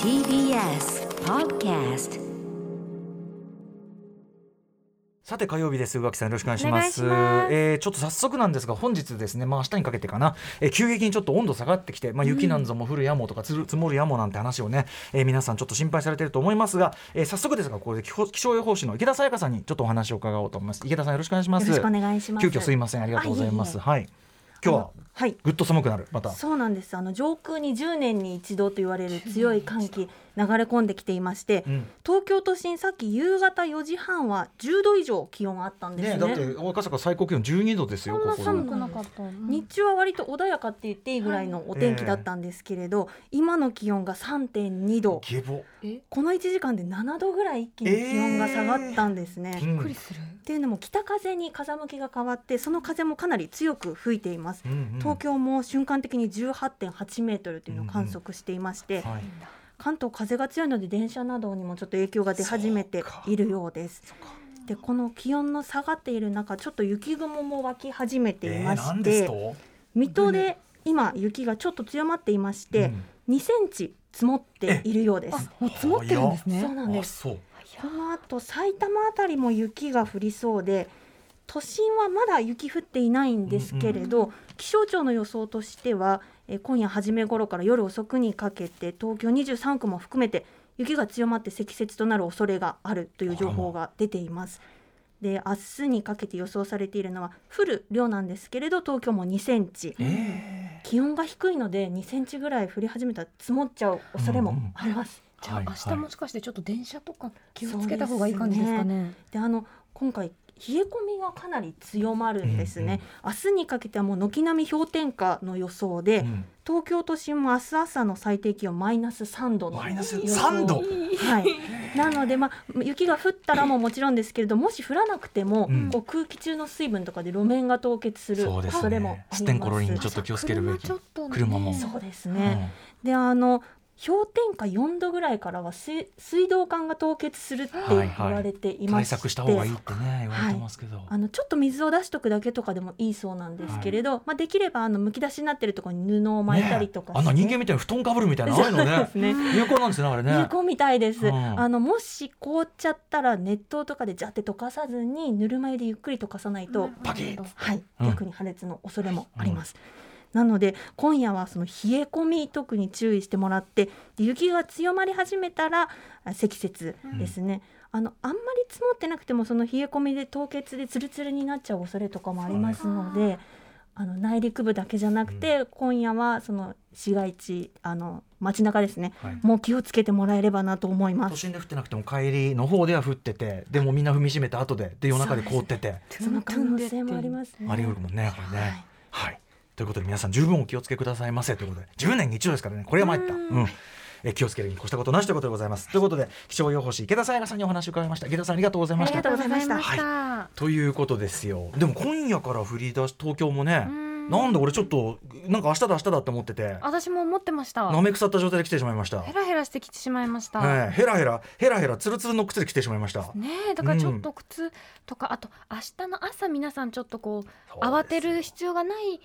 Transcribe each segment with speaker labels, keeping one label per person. Speaker 1: TBS Podcast
Speaker 2: さて火曜日です浮気さんよろしくお願いします
Speaker 1: お願いします
Speaker 2: えーちょっと早速なんですが本日ですねまあ明日にかけてかな、えー急激にちょっと温度下がってきてまあ雪なんぞも降るやもとかつる積もるやもなんて話をね、えー皆さんちょっと心配されてると思いますが、えー早速ですがここで気候気象予報士の池田沙耶香さんにちょっとお話を伺おうと思います池田さんよろしくお願いします
Speaker 3: よろしくお願いします
Speaker 2: 急遽すいませんありがとうございます
Speaker 3: あ
Speaker 2: はい今日は
Speaker 3: はい
Speaker 2: ぐっと寒くなるまた
Speaker 3: そうなんですあの上空に10年に一度と言われる強い寒気流れ込んできていまして、
Speaker 2: うん
Speaker 3: 東京都心さっき夕方4時半は10度以上気温あったんです
Speaker 2: ね
Speaker 3: ね
Speaker 2: だって赤坂最高気温12度ですよここ
Speaker 3: 寒くな
Speaker 4: かった。
Speaker 3: 日中は割と穏やかって言っていいぐらいのお天気だったんですけれど、今の気温が3.2度
Speaker 2: 下ボ
Speaker 3: この1時間で7度ぐらい一気に気温が下がったんですね、
Speaker 2: う
Speaker 4: びっくり
Speaker 2: ん
Speaker 4: する。
Speaker 3: っていうのも北風に風向きが変わってその風もかなり強く吹いています
Speaker 2: うんうん
Speaker 3: 東京も瞬間的に18.8メートルというのを観測していまして、
Speaker 2: はい
Speaker 3: 関東風が強いので電車などにもちょっと影響が出始めているようです。でこの気温の下がっている中ちょっと雪雲も湧き始めていま
Speaker 2: えーな
Speaker 3: し
Speaker 2: ん
Speaker 3: て、
Speaker 2: ですと
Speaker 3: 水戸で今雪がちょっと強まっていまして、2センチ積もっているようです。
Speaker 4: もう積もってるんです
Speaker 3: そう
Speaker 4: ね。
Speaker 2: う
Speaker 3: なん
Speaker 2: ん
Speaker 3: で
Speaker 2: あ
Speaker 3: す
Speaker 2: そう
Speaker 3: この後埼玉あたりも雪が降りそうで都心はまだ雪降っていないんですけれど、気象庁の予想としてはえー今夜初め頃から夜遅くにかけて東京23区も含めて雪が強まって積雪となる恐れがあるという情報が出ています。で明日にかけて予想されているのは降る量なんですけれど東京も2センチ気温が低いので2センチぐらい降り始めたら積もっちゃう恐れもあります。
Speaker 4: じゃあ
Speaker 2: はい
Speaker 4: 明
Speaker 2: は
Speaker 4: 日
Speaker 2: い
Speaker 4: もしかしてちょっと電車とか気をつけた方がいい感じですかね。
Speaker 3: であの今回冷え込みがかなり強まるんですね、明日にかけてはもう軒並み氷点下の予想で、
Speaker 2: うん
Speaker 3: 東京都心も明日朝の最低気温マイナス3度の
Speaker 2: マイ
Speaker 3: 予
Speaker 2: ナス
Speaker 3: 想
Speaker 2: 3度
Speaker 3: はい、なので、まあ、雪が降ったらももちろんですけれどもし降らなくても、
Speaker 2: うん
Speaker 3: こう空気中の水分とかで路面が凍結する
Speaker 2: そうですね
Speaker 3: 恐れもあ
Speaker 2: ス
Speaker 3: り
Speaker 2: テンコロリン
Speaker 3: ま
Speaker 2: ちょっ
Speaker 3: す
Speaker 2: と気をつけるべき
Speaker 4: 車ちょっとね
Speaker 2: 車も
Speaker 3: そうです
Speaker 2: うん
Speaker 3: ね、であの氷点下4度ぐらいからは水水道管が凍結するって言われていま
Speaker 2: 対
Speaker 3: して、
Speaker 2: 策した方がいいってね言われてますけど
Speaker 3: あのちょっと水を出しとくだけとかでもいいそうなんですけれど、まあ、できればあのむき出しになってるところに布を巻いたりとか
Speaker 2: ねえあんな人間みたいに布団かぶるみたいなああいうのね
Speaker 3: ね
Speaker 2: 有効なんですねあれ
Speaker 3: 有
Speaker 2: ね
Speaker 3: 効みたいです、
Speaker 2: うん
Speaker 3: あのもし凍っちゃったら熱湯とかでジャって溶かさずにぬるま湯でゆっくり溶かさないと、
Speaker 2: パキッ
Speaker 3: はい、
Speaker 2: うん
Speaker 3: 逆に破裂の恐れもあります、なので今夜はその冷え込み特に注意してもらってで雪が強まり始めたらあ積雪ですね、あのあんまり積もってなくてもその冷え込みで凍結でツルツルになっちゃう恐れとかもありますので、あの内陸部だけじゃなくて、今夜はその市街地あの街中ですね、
Speaker 2: はい
Speaker 3: もう気をつけてもらえればなと思いま
Speaker 2: 都
Speaker 3: す。
Speaker 2: 心で降ってなくても帰りの方では降っててでもみんな踏みしめて後でで夜中で凍ってて
Speaker 3: その可能性もありますね。
Speaker 2: あり得るもんねこれねはいということで皆さん十分お気をつけくださいませということで10年に一度ですからねこれは参ったうんえ気をつけるに越したことなしということでございますということで気象予報士池田沙耶香さんにお話を伺いました池田さんありがとうございました
Speaker 3: ありがとうございました
Speaker 4: は
Speaker 2: ということですよでも今夜から降り出し東京もね
Speaker 4: ん
Speaker 2: なんで俺ちょっとなんか明日だ明日だって思ってて
Speaker 4: 私も思ってました。
Speaker 2: なめ腐った状態で来てしまいました
Speaker 4: ヘラヘラしてきてしまいました。
Speaker 2: はいヘラヘラヘラヘラツルツルの靴で来てしまいました
Speaker 4: ねえだからちょっと靴とか、あと明日の朝皆さんちょっとこう
Speaker 2: そう
Speaker 4: 慌
Speaker 2: です
Speaker 4: てる必要がない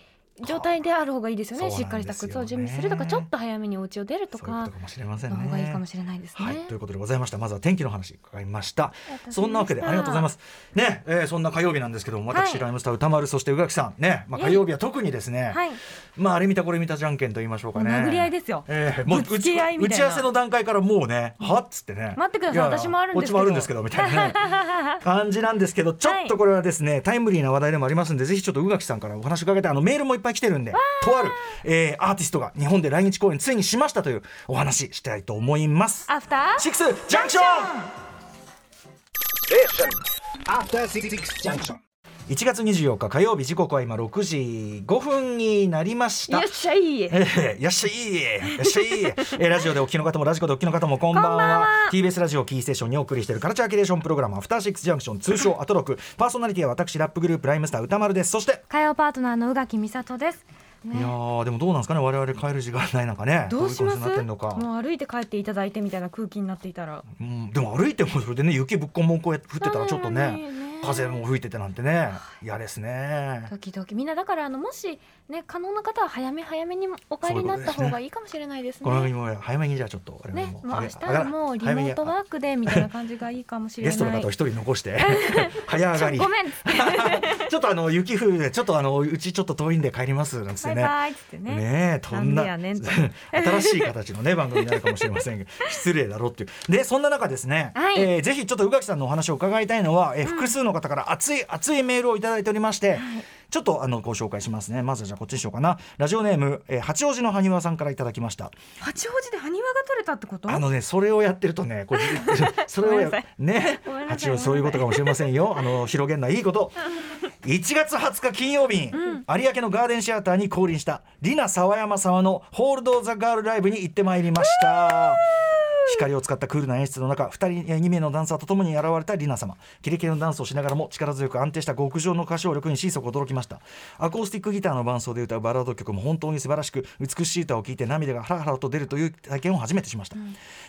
Speaker 4: 状態である方がいいですよね
Speaker 2: そう
Speaker 4: しっかりした靴を準備す
Speaker 2: そう
Speaker 4: る
Speaker 2: な
Speaker 4: と
Speaker 2: ん
Speaker 4: か
Speaker 2: です
Speaker 4: ち
Speaker 2: よ
Speaker 4: ょ
Speaker 2: ね
Speaker 4: っと早めにお家を出ると
Speaker 2: そういうこ
Speaker 4: か
Speaker 2: とかもしれません
Speaker 4: の方がいいかも
Speaker 2: ね
Speaker 4: しれないですね。
Speaker 2: はい、ということでございましたまずは天気の話伺いました
Speaker 4: とうございました
Speaker 2: そんなわけでありがとうございますね、えーそんな火曜日なんですけども私、
Speaker 4: はい
Speaker 2: ライムスター歌丸そして宇垣さんね、まあ、
Speaker 4: えい
Speaker 2: 火曜日は特にですね、
Speaker 4: はい、
Speaker 2: まああれ見たこれ見たじゃんけんと言いましょうかね
Speaker 4: もう殴り合いですよ
Speaker 2: ええもう
Speaker 4: ぶつけ合いみたいな
Speaker 2: 打ち合わせの段階からもうねはっつってね
Speaker 4: 待ってください
Speaker 2: や
Speaker 4: 私もあるんですけど
Speaker 2: こっちもあるんですけどみたいな ね感じなんですけどちょっとこれはですね、タイムリーな話題でもありますんでぜひちょっと宇垣さんからお話伺いたいあのメールもいっぱい来てるんでとある、えーアーティストが日本で来日公演ついにしましたというお話したいと思います
Speaker 4: アフター
Speaker 2: シックスジャンクション
Speaker 5: After Six Junction.
Speaker 2: 1月24日火曜日時刻は今6時5分になりました
Speaker 4: よっしゃい
Speaker 2: えー、いらっしゃいいらっしゃいえーラジオでお聞きの方もラジコでお聞きの方もこんばんは
Speaker 4: こんばんは
Speaker 2: TBS ラジオキーステーションにお送りしているカルチャーキュレーションプログラム「アフターシックスジャンクション」通称アトロクパーソナリティは私ラップグループライムスター歌丸ですそして、
Speaker 4: 火曜パートナーの宇垣美里です、ね
Speaker 2: いやーでもどうなんですかね我々帰る時間ないなんかね
Speaker 4: どうします
Speaker 2: どういう感じになってんのか
Speaker 4: もう歩いて帰っていただいてみたいな空気になっていたら
Speaker 2: うん、でも歩いてもそれでね雪ぶっこんぼんこうやって降ってたらちょっと
Speaker 4: そう
Speaker 2: ね
Speaker 4: だよね
Speaker 2: 風も吹いててなんてね嫌ですね。
Speaker 4: ドキドキみんなだからあのもしね可能な方は早め早めにお帰りになった方がいいかもしれないです
Speaker 2: この
Speaker 4: ね。
Speaker 2: も早めにじゃあちょっとあれ
Speaker 4: ね、もう明
Speaker 2: あげ
Speaker 4: 日はもうリモートワークでみたいな感じがいいかもしれ
Speaker 2: ゲ
Speaker 4: ない。
Speaker 2: ストの方を一人残して 早上がり
Speaker 4: ごめんっつって
Speaker 2: ちょっとあの雪降るでちょっとあのうちちょっと遠いんで帰りますなんつっ
Speaker 4: バ
Speaker 2: て
Speaker 4: イ
Speaker 2: ね。
Speaker 4: バイっつってね。
Speaker 2: ねえとんな
Speaker 4: なんでやねんと
Speaker 2: 新しい形のね番組になるかもしれません が失礼だろっていうでそんな中ですね、
Speaker 4: はい
Speaker 2: えーぜひちょっと宇垣さんのお話を伺いたいのは、えー複数の方から熱い熱いメールをいただいておりまして、ちょっとあのご紹介しますねまずじゃあこっちにしようかなラジオネーム、えー八王子の埴輪さんからいただきました
Speaker 4: 八王子で埴輪が取れたってこと？
Speaker 2: あのね、それをやってるとね、これ、 それ
Speaker 4: ご
Speaker 2: を
Speaker 4: めんな
Speaker 2: や
Speaker 4: さい
Speaker 2: ね
Speaker 4: ごめん、なさい
Speaker 2: 八王子そういうことかもしれませんよ。あの広げんないい こと。1月20日金曜日に、有明のガーデンシアターに降臨したリナ沢山様のホールドザガールライブに行ってまいりました。光を使ったクールな演出の中2人えー2名のダンサーとともに現れたリナ様キレキレのダンスをしながらも力強く安定した極上の歌唱力に心底驚きましたアコースティックギターの伴奏で歌うバラード曲も本当に素晴らしく美しい歌を聴いて涙がハラハラと出るという体験を初めてしました、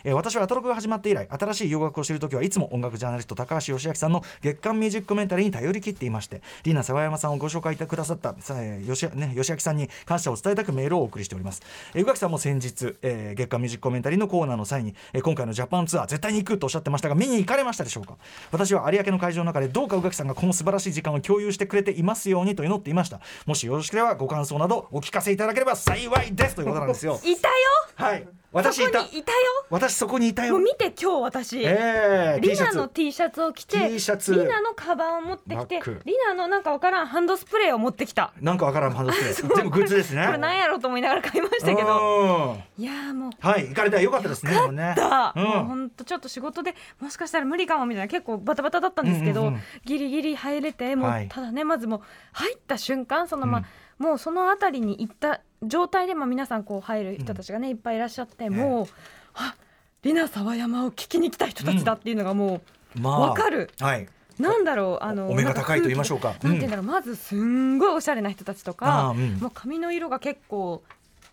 Speaker 2: えー私はアトロクが始まって以来新しい洋楽を知るときはいつも音楽ジャーナリスト高橋義明さんの月刊ミュージックコメンタリーに頼り切っていましてリナ沢山さんをご紹介いたくださった、さえーよしね、義明さんに感謝を伝えたくメールをお送りしておりますえー宇垣さんも先日、えー月刊ミュージックコメンタリーのコーナーの際に、えー今回のジャパンツアー絶対に行くとおっしゃってましたが見に行かれましたでしょうか私は有明の会場の中でどうか宇垣さんがこの素晴らしい時間を共有してくれていますようにと祈っていましたもしよろしければご感想などお聞かせいただければ幸いですということなんですよ
Speaker 4: いたよ。
Speaker 2: はい私い
Speaker 4: そこ
Speaker 2: た
Speaker 4: にいたよ。
Speaker 2: 私そこにいた
Speaker 4: も
Speaker 2: よ
Speaker 4: う見て今日私。
Speaker 2: えー、
Speaker 4: リ
Speaker 2: T シャ
Speaker 4: ナ
Speaker 2: ツ
Speaker 4: の T シャツを着て
Speaker 2: T シャツ
Speaker 4: リナのカバンを持ってきて
Speaker 2: バッグ
Speaker 4: リナのなんかわからんハンドスプレーを持ってきた
Speaker 2: なんかわからんハンドスプ レー全部グッズですね
Speaker 4: これなんやろうと思いながら買いましたけど
Speaker 2: う
Speaker 4: い
Speaker 2: ん
Speaker 4: やーもう
Speaker 2: はい行かれたらよかったですねでもね
Speaker 4: だ、
Speaker 2: うん
Speaker 4: もうほんとちょっと仕事でもしかしたら無理かもみたいな結構バタバタだったんですけど、
Speaker 2: うんうんうん
Speaker 4: ギリギリ入れてもう、
Speaker 2: はい
Speaker 4: ただねまずもう入った瞬間そのまあ、もうその辺りに行った状態でまあ皆さんこう入る人たちがね、いっぱいいらっしゃって、もうあリナ沢山を聞きに来た人たちだっていうのがも
Speaker 2: ま
Speaker 4: わかる
Speaker 2: はい
Speaker 4: なんだろうあの
Speaker 2: お目が高いと言いましょうか
Speaker 4: なんか空気がなんて言うんだろう、まずすんごいおしゃれな人たちと
Speaker 2: あ
Speaker 4: か、
Speaker 2: ーうん
Speaker 4: もう髪の色が結構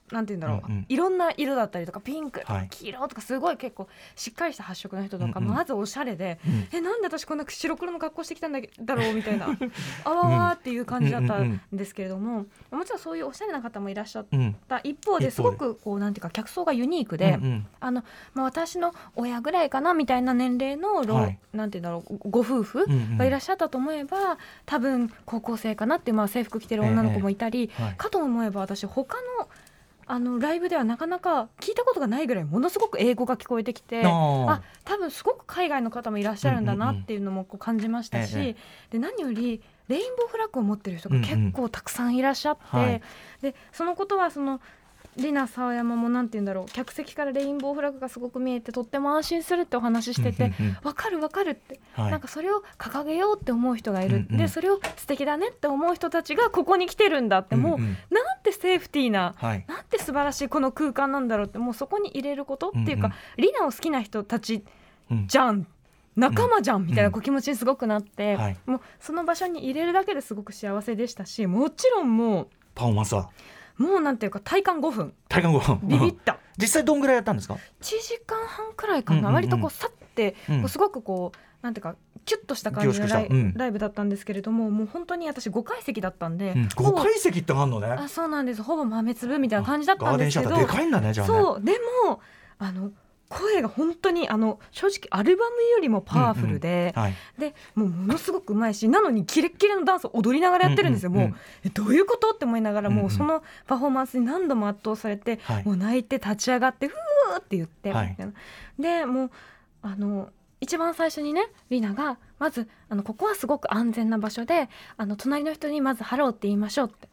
Speaker 4: なんて言うんだろう、
Speaker 2: うんうん
Speaker 4: いろんな色だったりとかピンクと
Speaker 2: は
Speaker 4: か
Speaker 2: い
Speaker 4: 黄色とかすごい結構しっかりした発色の人とか、
Speaker 2: うんうん
Speaker 4: まずおしゃれで、
Speaker 2: うん
Speaker 4: えなんで私こんな白黒の格好してきたんだだろうみた いなあわわーっていう感じだったんですけれども、もちろんそういうおしゃれな方もいらっしゃっ
Speaker 2: うん
Speaker 4: た一方
Speaker 2: 一方で
Speaker 4: ですごくこうなんていうか客層がユニークで。
Speaker 2: うんうん
Speaker 4: あのまあ、私の親ぐらいかなみたいな年齢の老、
Speaker 2: はい
Speaker 4: なんて言うんだろうごご夫婦
Speaker 2: うんうん
Speaker 4: がいらっしゃったと思えば、多分高校生かなっていう、まあ、制服着てる女の子もいたり、
Speaker 2: ええはい
Speaker 4: かと思えば私他のあのライブではなかなか聞いたことがないぐらいものすごく英語が聞こえてきて
Speaker 2: あー
Speaker 4: あ多分すごく海外の方もいらっしゃるんだなっていうのもこう感じましたし、
Speaker 2: ええ
Speaker 4: で何よりレインボーフラッグを持ってる人が結構たくさんいらっしゃって、
Speaker 2: うんうんはい
Speaker 4: でそのことはそのリナ沢山もなんて言うんだろう客席からレインボーフラッグがすごく見えてとっても安心するってお話ししてて
Speaker 2: うんうんうん
Speaker 4: わかるわかるって、
Speaker 2: はい
Speaker 4: なんかそれを掲げようって思う人がいる、
Speaker 2: うんうん
Speaker 4: でそれを素敵だねって思う人たちがここに来てるんだってもう、
Speaker 2: うんうん
Speaker 4: なんてセーフティーな、
Speaker 2: はい
Speaker 4: なんて素晴らしいこの空間なんだろうってもうそこに入れることっていうか、
Speaker 2: うん
Speaker 4: リナを好きな人たち
Speaker 2: うん
Speaker 4: じゃん仲間じゃんみたいなこう気持ちにすごくなって、
Speaker 2: はい
Speaker 4: もうその場所に入れるだけですごく幸せでしたしもちろんも
Speaker 2: パフォーマンスは
Speaker 4: うもうなんていうか体感5分
Speaker 2: 体感ご飯
Speaker 4: ビビった
Speaker 2: 実際どんぐらいやったんですか
Speaker 4: 1時間半くらいかな、
Speaker 2: うんうんうん
Speaker 4: 割とこうさって、
Speaker 2: うん
Speaker 4: こうすごくこうなんていうかキュッとした感じの
Speaker 2: 凝縮
Speaker 4: ラ
Speaker 2: し
Speaker 4: イ,、
Speaker 2: たうん
Speaker 4: ライブだったんですけれどももう本当に私5階席だったんで、
Speaker 2: うん
Speaker 4: ほ
Speaker 2: 五
Speaker 4: ぼ
Speaker 2: 階席ってあんのね
Speaker 4: あそうなんですほぼ豆粒みたいな感じだった
Speaker 2: ガー
Speaker 4: ん
Speaker 2: デ
Speaker 4: で
Speaker 2: ン
Speaker 4: す
Speaker 2: シア
Speaker 4: け
Speaker 2: タ
Speaker 4: ど
Speaker 2: ーでかいんだねじゃあね
Speaker 4: そうでもあの声が本当にあの正直アルバムよりもパワフルで、
Speaker 2: はい
Speaker 4: でもうものすごくうまいしなのにキレッキレのダンスを踊りながらやってるんですよ、
Speaker 2: うんうんうん
Speaker 4: もうえどういうことって思いながら
Speaker 2: うん
Speaker 4: も
Speaker 2: うん
Speaker 4: うそのパフォーマンスに何度も圧倒されて、
Speaker 2: はい
Speaker 4: もう泣いて立ち上がって「ふー」って言って、
Speaker 2: はい
Speaker 4: みたいなでもうあの一番最初にねリナがまずあの「ここはすごく安全な場所であの隣の人にまずハローって言いましょう」って。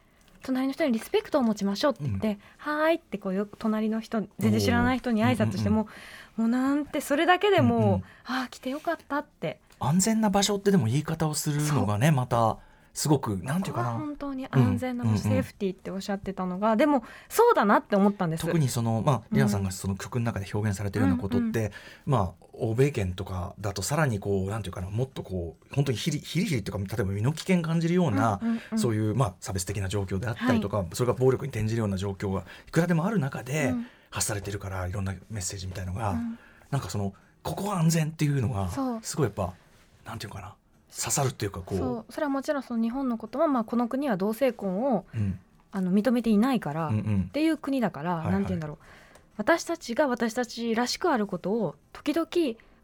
Speaker 4: 隣の人にリスペクトを持ちましょうって言って「はーい」ってこうよ隣の人全然知らない人に挨拶しても、もうなんてそれだけでもう、
Speaker 2: うんうん
Speaker 4: ああ来てよかったって
Speaker 2: 安全な場所ってでも言い方をするのがねまたすごくなんていうかな
Speaker 4: 本当に安全な
Speaker 2: うん
Speaker 4: の
Speaker 2: うん
Speaker 4: セーフティーっておっしゃってたのが、でもそうだなって思ったんです
Speaker 2: 特にそのまあリナさんがその曲の中で表現されてるようなことって、まあ欧米圏とかだとさらにこうなんていうかなもっとこう本当にヒリヒリヒリとか例えば身の危険感じるような、
Speaker 4: うんうんうん
Speaker 2: そういうまあ差別的な状況であったりとか、それが暴力に転じるような状況がいくらでもある中で
Speaker 4: うん
Speaker 2: 発されてるからいろんなメッセージみたいのが、
Speaker 4: うん
Speaker 2: なんかそのここは安全っていうのが
Speaker 4: そう
Speaker 2: すごいやっぱなんていうかな刺さるっていうかこう
Speaker 4: そうそれはもちろんその日本のことは、まあ、この国は同性婚を
Speaker 2: うん
Speaker 4: あの認めていないから、
Speaker 2: うん
Speaker 4: っ
Speaker 2: うん
Speaker 4: ていう国だから、
Speaker 2: はいはい
Speaker 4: なんて言うんだろう私たちが私たちらしくあることを時々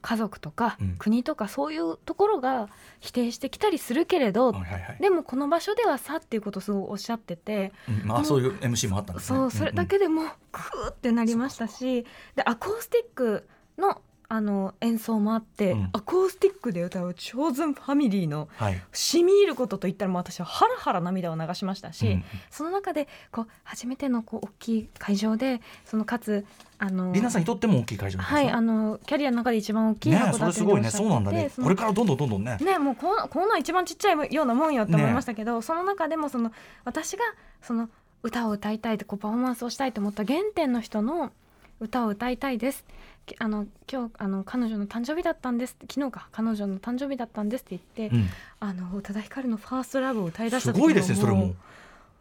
Speaker 4: 家族とか
Speaker 2: うん
Speaker 4: 国とかそういうところが否定してきたりするけれど、
Speaker 2: はいはいはい
Speaker 4: でもこの場所ではさっていうことをすごいおっしゃってて、
Speaker 2: うんまあそういう MC もあったんですね
Speaker 4: そうそれだけでもうクーってなりましたし、でアコースティックのあの演奏もあって、
Speaker 2: うん
Speaker 4: アコースティックで歌う「チョーズンファミリー」の
Speaker 2: うんうんはい
Speaker 4: 染み入ることといったらもう私はハラハラ涙を流しましたし、
Speaker 2: うん
Speaker 4: その中でこう初めてのこう大きい会場でそのかつあの
Speaker 2: リナさんにとっても大きい会場なんです
Speaker 4: は
Speaker 2: ね
Speaker 4: いあのキャリアの中で一番大きい
Speaker 2: ね
Speaker 4: 箱
Speaker 2: えそ
Speaker 4: だ
Speaker 2: れ
Speaker 4: とい
Speaker 2: す
Speaker 4: うのを
Speaker 2: ご
Speaker 4: おっしゃ
Speaker 2: いね
Speaker 4: って
Speaker 2: そうなんだね
Speaker 4: その
Speaker 2: これからどんどんどんどんね
Speaker 4: ねもうこんこんなん一番ちっちゃいようなもんよって思いましたけど、その中でもその私がその歌を歌いたいってこうパフォーマンスをしたいと思った原点の人の歌を歌いたいですきあの今日あの彼女の誕生日だったんです昨日か彼女の誕生日だったんですって言って、
Speaker 2: うん
Speaker 4: あの宇多田ヒカルの「ファーストラブを歌い出し
Speaker 2: す
Speaker 4: た時
Speaker 2: ごいですねそれも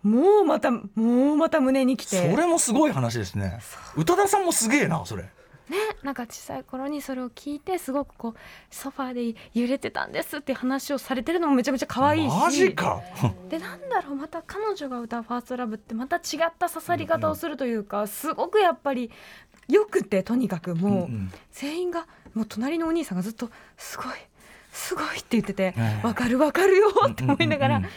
Speaker 4: もうまたもうまた胸にき
Speaker 2: そ
Speaker 4: て
Speaker 2: れもすごい話ですね宇多田さんもすげえなそれ
Speaker 4: ね、なんか小さい頃にそれを聞いてすごくこうソファーで揺れてたんですっていう話をされてるのもめちゃめちゃ可愛いし
Speaker 2: マジか
Speaker 4: でなんだろうまた彼女が歌う「ファーストラブってまた違った刺さり方をするというか、すごくやっぱりよくてとにかくもう、
Speaker 2: うんうん
Speaker 4: 全員がもう隣のお兄さんがずっと「すごいすごい」って言ってて
Speaker 2: え
Speaker 4: 「
Speaker 2: え
Speaker 4: わかるわかるよ」って思いなが
Speaker 2: うん
Speaker 4: ら
Speaker 2: うんうん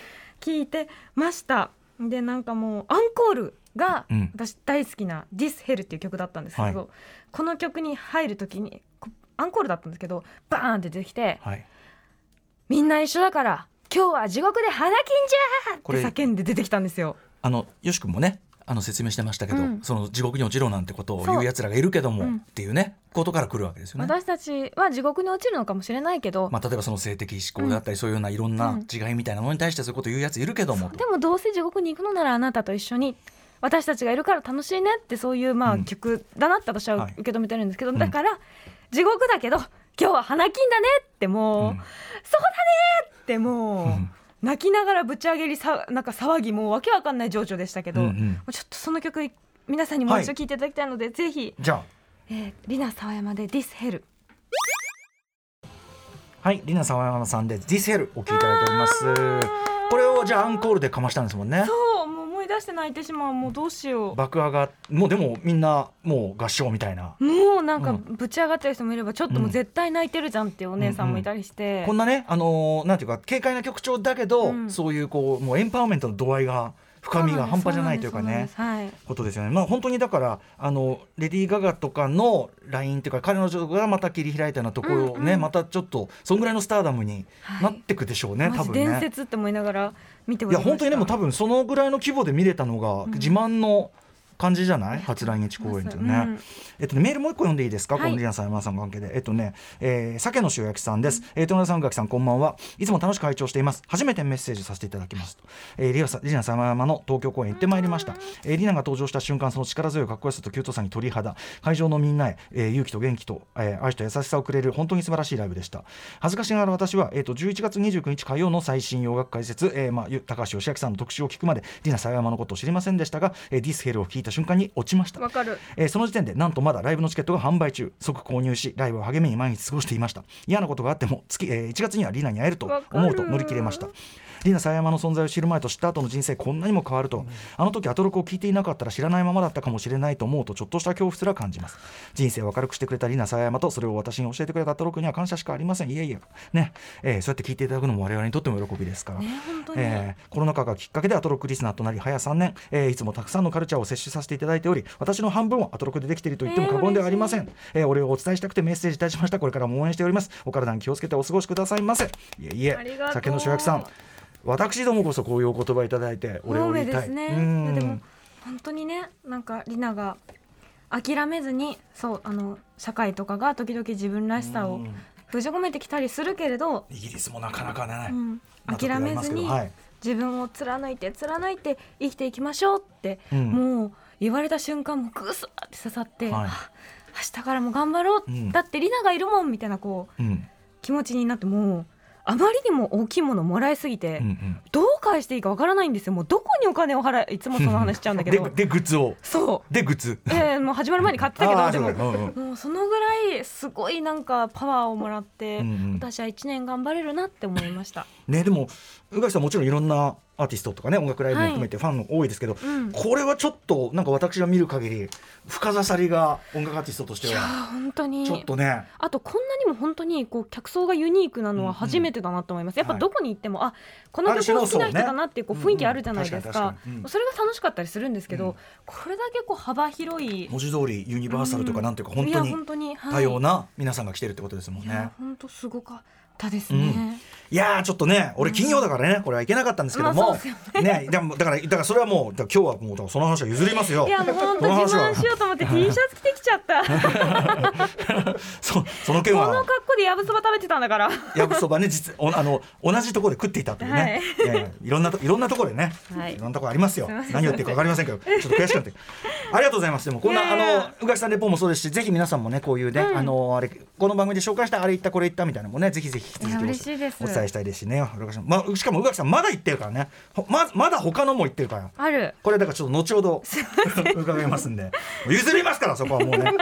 Speaker 4: 聞いてました。でなんかもうアンコールが
Speaker 2: うん
Speaker 4: 私大好きな「ThisHell」っていう曲だったんですけど、
Speaker 2: は
Speaker 4: この曲に入る時にこアンコールだったんですけどバーンって出てきて
Speaker 2: はい
Speaker 4: 「みんな一緒だから今日は地獄で花金
Speaker 2: こ
Speaker 4: じゃ!」
Speaker 2: れ
Speaker 4: って叫んで出てきたんですよ。
Speaker 2: あのよし君もねあの説明してましたけど、
Speaker 4: うん
Speaker 2: その地獄に落ちろなんてことを言
Speaker 4: そうう
Speaker 2: やつらがいるけども、
Speaker 4: うん
Speaker 2: っていうねことから来るわけですよね。
Speaker 4: 私たちは地獄に落ちるのかもしれないけど、
Speaker 2: まあ、例えばその性的指向であったり、そういうようないろんな
Speaker 4: うん
Speaker 2: 違いみたいなものに対してそういうことを言うやついるけども、と
Speaker 4: でもどうせ地獄に行くのならあなたと一緒に私たちがいるから楽しいねってそういうま
Speaker 2: う
Speaker 4: あ
Speaker 2: ん
Speaker 4: 曲だなって私は
Speaker 2: はい
Speaker 4: 受け止めてるんですけど、
Speaker 2: うん
Speaker 4: だから地獄だけど今日は花金だねってもう、
Speaker 2: うん
Speaker 4: そうだねってもう、
Speaker 2: うん
Speaker 4: 泣きながらぶち上げりさなんか騒ぎもうわけわかんない情緒でしたけど、
Speaker 2: うんう
Speaker 4: も
Speaker 2: ん
Speaker 4: うちょっとその曲皆さんにもう一度聴いていただきたいので、ぜひ、
Speaker 2: じゃあ
Speaker 4: えー、リナ沢山で「DisHell」
Speaker 2: はいリナ沢山さんで「ディセル」お聴きいただいております。これをじゃあアンコールでかましたんですもんね。
Speaker 4: そうもう思い出して泣いてしまうもうどうしよう。
Speaker 2: 爆破がもうでもみんなもう合唱みたいな。
Speaker 4: もうなんか
Speaker 2: うん
Speaker 4: ぶち上がってる人もいればちょっともう絶対泣いてるじゃんっていうお姉さんもいたりして、
Speaker 2: こんなね、あのーなんていうか軽快な曲調だけど、
Speaker 4: うん
Speaker 2: そういうこうもうエンパワーメントの度合いが深みが半端じゃないというかね。
Speaker 4: そうなんです
Speaker 2: ことですよね。まあ本当にだからあのレディー・ガガとかのラインっていうか彼女がまた切り開いたようなところを
Speaker 4: う
Speaker 2: ね、
Speaker 4: んうん
Speaker 2: またちょっとそんぐらいのスターダムに
Speaker 4: はい
Speaker 2: なってくでしょうね、
Speaker 4: そうなんですはいマジ
Speaker 2: 多分
Speaker 4: 伝
Speaker 2: ね。
Speaker 4: 説って思いながら見ており
Speaker 2: いや
Speaker 4: ました
Speaker 2: 本当にでも多分そのぐらいの規模で見れたのが
Speaker 4: ん
Speaker 2: 自慢の感じじゃない、初来日公演っていうね。
Speaker 4: うん
Speaker 2: えっとね、メールもう一個読んでいいですか、
Speaker 4: はい
Speaker 2: このリアさん、山田さんの関係で。えっとね、えー、鮭の塩焼きさんです。えー、富田さん、宇垣さん、こんばんは。いつも楽しく拝聴しています。初めてメッセージさせていただきますと。えー、リアさん、リナさん、山山の東京公演行ってまいりました。えー、リナが登場した瞬間、その力強いかっこよさとキュートさに鳥肌。会場のみんなへ、えー勇気と元気と、えー愛と優しさをくれる、本当に素晴らしいライブでした。恥ずかしながら私は、えっと、11月29日火曜の最新洋楽解説、えーまあ、ゆ高橋義明さんの特集を聞くまで、リナ、沢山のことを知りませんでしたが、えーディスヘルを聞いた瞬間に落ちました
Speaker 4: わ。かる
Speaker 2: えーその時点でなんとまだライブのチケットが販売中即購入しライブを励みに毎日過ごしていました嫌なことがあっても月、えー1月にはリナに会えると思うと乗り切れましたリナ狭山の存在を知る前と知った後の人生こんなにも変わると、あの時アトロクを聞いていなかったら知らないままだったかもしれないと思うとちょっとした恐怖すら感じます人生を明るくしてくれたリナ狭山とそれを私に教えてくれたアトロクには感謝しかありませんいえいえね、えーそうやって聞いていただくのも我々にとっても喜びですから、
Speaker 4: ね本当に、
Speaker 2: えーコロナ禍がきっかけでアトロックリスナーとなり早3年、えーいつもたくさんのカルチャーを摂取させていただいており私の半分はアトロックでできていると言っても過言ではありません、えーお礼をお伝えしたくてメッセージいたしましたこれからも応援しておりますお体に気をつけてお過ごしくださいませいえいえ
Speaker 4: ありがとう
Speaker 2: 酒の主役さん私どもこそこういうお言葉いただいてお礼
Speaker 4: も
Speaker 2: を
Speaker 4: うめ
Speaker 2: 言い
Speaker 4: で
Speaker 2: たい
Speaker 4: すね
Speaker 2: う
Speaker 4: いや
Speaker 2: ん
Speaker 4: でも本当にねなんかリナが諦めずにそうあの社会とかが時々自分らしさ
Speaker 2: う
Speaker 4: を
Speaker 2: ん
Speaker 4: 封じ込めてきたりするけれど、
Speaker 2: イギリスもなかなかね、
Speaker 4: うん
Speaker 2: なとこ
Speaker 4: 諦
Speaker 2: あり
Speaker 4: め
Speaker 2: ます
Speaker 4: ず
Speaker 2: けど
Speaker 4: に、
Speaker 2: はい
Speaker 4: 自分を貫いて貫いて生きていきましょうって、
Speaker 2: うん
Speaker 4: もう言われた瞬間もうグスって刺さって、
Speaker 2: はい
Speaker 4: あ明日からも頑張ろう、
Speaker 2: うん
Speaker 4: だってリナがいるもんみたいなこう
Speaker 2: うん
Speaker 4: 気持ちになってもうあまりにも大きいものをもらいすぎて、
Speaker 2: うんうん
Speaker 4: どう返していいかわからないんですよもうどこにお金を払いいつもその話しちゃうんだけ
Speaker 2: で
Speaker 4: ど
Speaker 2: でグッズを
Speaker 4: そう
Speaker 2: でグッズ
Speaker 4: ええもう始まる前に買ってたけ
Speaker 2: あ
Speaker 4: ど
Speaker 2: ー
Speaker 4: で
Speaker 2: そう
Speaker 4: も
Speaker 2: だねうんうん
Speaker 4: もうそのぐらいすごいなんかパワーをもらって、
Speaker 2: うんうん
Speaker 4: 私は1年頑張れるなって思いました。
Speaker 2: ねでも宇垣さんもちろんいろんなアーティストとかね音楽ライブも含めてファンも多いですけど、
Speaker 4: うん
Speaker 2: これはちょっとなんか私が見る限り深刺さりが音楽アーティストとして
Speaker 4: いや
Speaker 2: は
Speaker 4: ー本当
Speaker 2: ちょっ
Speaker 4: に
Speaker 2: とね
Speaker 4: あとこんなにも本当にこう客層がユニークなのは初めてだなと思います、
Speaker 2: ん
Speaker 4: やっぱどこに行っても、あこの
Speaker 2: ある
Speaker 4: 曲
Speaker 2: 種
Speaker 4: の
Speaker 2: の
Speaker 4: 好きな人
Speaker 2: そうね
Speaker 4: だなっていうこう雰囲気あるじゃないです
Speaker 2: うんうん
Speaker 4: か
Speaker 2: 確かに確かにうん
Speaker 4: それが楽しかったりするんですけど、
Speaker 2: うん
Speaker 4: これだけこう幅広い
Speaker 2: 文字通りユニバーサルとかなんていうか
Speaker 4: うん
Speaker 2: 本当
Speaker 4: いや
Speaker 2: に
Speaker 4: 本当に、はい
Speaker 2: 多様な皆さんが来てるってことですもん
Speaker 4: い
Speaker 2: ね。
Speaker 4: や本当すごかったですね、
Speaker 2: いやーちょっとね俺金曜だからね、これはいけなかったんですけど
Speaker 4: まあそう
Speaker 2: も、
Speaker 4: ですよ
Speaker 2: ねでもだからだからそれはもうだから今日はもうだからその話は譲りますよ
Speaker 4: いやもう本当自慢しようと思って T シャツ着てきちゃ ったこ
Speaker 2: そその件
Speaker 4: の
Speaker 2: は
Speaker 4: 格好でやぶそば食べてたんだから
Speaker 2: やぶそばね実おあの同じところで食っていたというね、いやいやいろんなといろんなところでね、
Speaker 4: はい
Speaker 2: い、ろんなところありますよ
Speaker 4: すいません
Speaker 2: 何を言ってるか分かり ませんけどちょっと悔しくなってありがとうございますでもこんない
Speaker 4: やいや
Speaker 2: あの宇垣さんレポもそうですしぜひ皆さんもねこういうね、あのあれこの番組で紹介したあれ行ったこれ行ったみたいなのもねぜひぜひ引き続き
Speaker 4: いや
Speaker 2: お
Speaker 4: 嬉しいです
Speaker 2: お伝えしたいですしね宇垣さんましかも宇垣さんまだ行ってるからねほままだ他のも行ってるから。
Speaker 4: ある
Speaker 2: これだからちょっと後ほど 伺いますんで譲りますからそこはもうね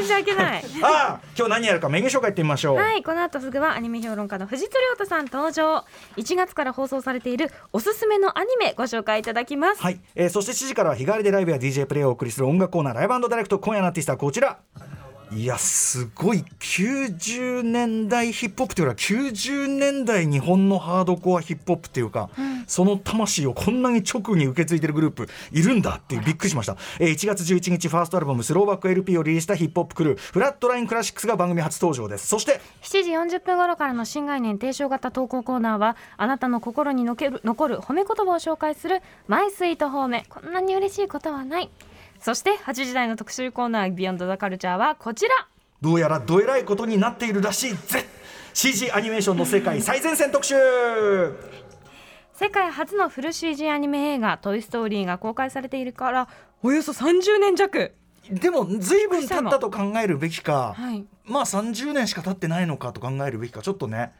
Speaker 4: 申し訳ない
Speaker 2: ああ今日何やるかメニュー紹介いってみましょう、
Speaker 4: はいこの後すぐはアニメ評論家の藤津亮太さん登場1月から放送されているおすすめのアニメご紹介いただきます、
Speaker 2: はいえーそして7時からは日替わりでライブや DJ プレイをお送りする音楽コーナーライブダイレクト今夜のアーティストはこちらいやすごい90年代ヒップホップというか90年代日本のハードコアヒップホップというか、その魂をこんなに直に受け継いでるグループいるんだっていうびっくりしました、えー1月11日ファーストアルバム「スローバック LP」をリリースしたヒップホップクルーフラットラインクラシックスが番組初登場ですそして
Speaker 4: 7時40分頃からの新概念提唱型投稿コーナーはあなたの心にのける残る褒め言葉を紹介する「マイスイート褒め」こんなに嬉しいことはないそして8時台の特集コーナー「ビヨンドザカルチャーはこちら
Speaker 2: どうやらどえらいことになっているらしいぜ CG アニメーションの世界最前線特集
Speaker 4: 世界初のフル CG アニメ映画「トイ・ストーリー」が公開されているからおよそ30年弱
Speaker 2: でも随分経ったと考えるべきか、
Speaker 4: はい
Speaker 2: まあ30年しか経ってないのかと考えるべきかちょっとね、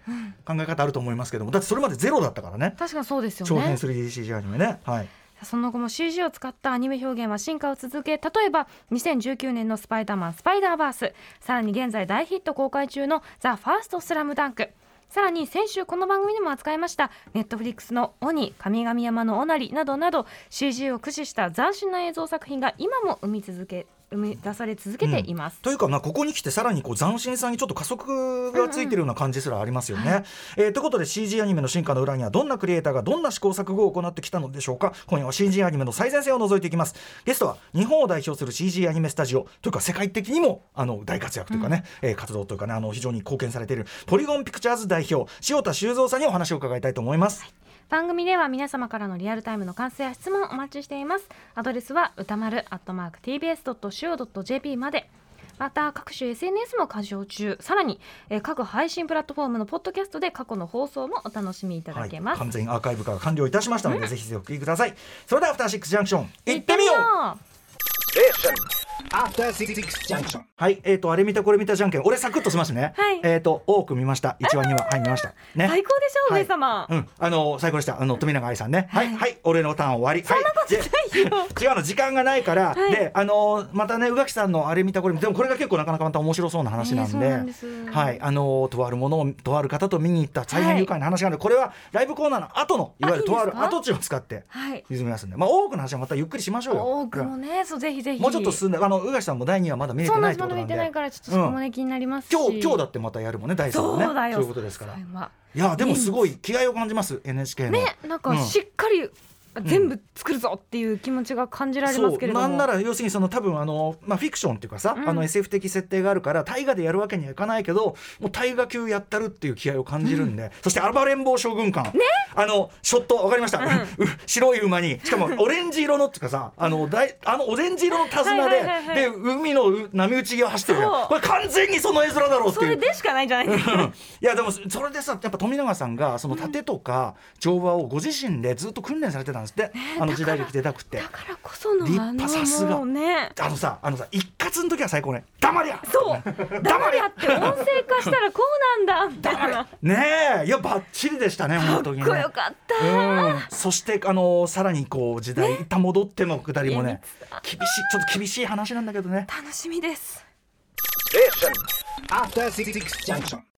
Speaker 2: 考え方あると思いますけどもだってそれまでゼロだったからね
Speaker 4: 確かにそうですよ
Speaker 2: 長編
Speaker 4: ね
Speaker 2: 3DCG アニメね、はい、
Speaker 4: その後も CG を使ったアニメ表現は進化を続け例えば2019年の「スパイダーマンスパイダーバース」さらに現在大ヒット公開中の「ザ・ファーストスラムダンクさらに先週この番組でも扱いましたネットフリックスの「鬼神々山のおなり」などなど CG を駆使した斬新な映像作品が今も生み続け生み出され続けています、
Speaker 2: というかまあここに来てさらにこう斬新さにちょっと加速がついてるような感じすらありますよね。えーということで CG アニメの進化の裏にはどんなクリエイターがどんな試行錯誤を行ってきたのでしょうか今夜は CG アニメの最前線を覗いていきますゲストは日本を代表する CG アニメスタジオというか世界的にもあの大活躍というかね、えー活動というかねあの非常に貢献されているポリゴンピクチャーズ代表塩田修造さんにお話を伺いたいと思います。
Speaker 4: 番組では皆様からのリアルタイムの感想や質問お待ちしていますアドレスは歌丸 @tbs.co.jp までまた各種 SNS も過剰中さらに、えー各配信プラットフォームのポッドキャストで過去の放送もお楽しみいただけます、
Speaker 2: 完全アーカイブ化が完了いたしましたのでぜひぜひお聞きくださいそれではアフターシックスジャンクション行ってみよう
Speaker 4: 行っ
Speaker 5: After Six Junction.
Speaker 2: はい、えっ、と、あれ見たこれ見たじゃんけん、俺サクッとしますね。
Speaker 4: はい
Speaker 2: えっ、と、多く見ました。一話二話、はい、見ました。ね。
Speaker 4: 最高でしょ
Speaker 2: はい
Speaker 4: 上様
Speaker 2: うん、あの、最高でした。あの、富永愛さんね。はい、はい、俺のターン終わり。そんなこと
Speaker 4: てみよう
Speaker 2: 違うの時間がないから、
Speaker 4: はい
Speaker 2: であのまたね宇垣さんのあれ見たこれ見たでもこれが結構なかなかまた面白そうな話なんで,、
Speaker 4: ええそうなんです
Speaker 2: はいあのとあるものをとある方と見に行った大変愉快な話がある、これはライブコーナーの後のいわゆる
Speaker 4: あいいんで
Speaker 2: とあ
Speaker 4: すか
Speaker 2: る跡地を使って
Speaker 4: はい
Speaker 2: 進みますんでまあ多くの話はまたゆっくりしましょうよ
Speaker 4: 多くもねそうぜひぜひ
Speaker 2: もうちょっと進んであの宇垣さんも第二話まだ見れ
Speaker 4: そう
Speaker 2: て
Speaker 4: な
Speaker 2: なんいっ
Speaker 4: ですま
Speaker 2: てこ
Speaker 4: だ
Speaker 2: とな
Speaker 4: 見
Speaker 2: んで
Speaker 4: てないからちょっとそこもね気になりますし
Speaker 2: 今日今日だってまたやるもんね第3
Speaker 4: そ
Speaker 2: も
Speaker 4: う
Speaker 2: ね
Speaker 4: だよ
Speaker 2: そういうことですから
Speaker 4: それ
Speaker 2: い
Speaker 4: は
Speaker 2: やでもすごい気合を感じます NHK の
Speaker 4: ねなんか
Speaker 2: うん
Speaker 4: しっかり全部作るぞっていう気持ちが感じられま
Speaker 2: そ
Speaker 4: すけ
Speaker 2: う
Speaker 4: れども、
Speaker 2: なんなら要するにその多分あの、まあ、フィクションっていうかさ、
Speaker 4: うん
Speaker 2: あの SF 的設定があるから大河でやるわけにはいかないけどもう大河級やったるっていう気合を感じるんで、そして暴れん坊将軍館、あのショットわかりました、う 白い馬にしかもオレンジ色のっていうかさあのだいあのオレンジ色の手綱で
Speaker 4: はいはいはいはい
Speaker 2: で海のう波打ち際走ってるじゃん
Speaker 4: そう
Speaker 2: これ完全にその絵面だろうって
Speaker 4: そ
Speaker 2: いう
Speaker 4: れ。でしかないんじゃない ですか
Speaker 2: うんいやでもそそれでさやっぱ富永さんがその盾とか乗馬をご自身でずっと訓練されてたんですって、あの時代劇出たくって
Speaker 4: だからこその
Speaker 2: 立
Speaker 4: あ
Speaker 2: 派
Speaker 4: の
Speaker 2: さすが
Speaker 4: もうね
Speaker 2: あのさあのさ一回活の時は最高ね 黙りや
Speaker 4: そう黙りやって音声化したらこうなんだみたいなか
Speaker 2: ねえいやバッチリでしたね本当
Speaker 4: っ
Speaker 2: に
Speaker 4: こ
Speaker 2: ね
Speaker 4: よかった、
Speaker 2: うん、そしてあのさらにこう時代一旦戻ってのくだりもね厳しいちょっと厳しい話なんだけどね
Speaker 4: 楽しみです
Speaker 5: After Six Junction.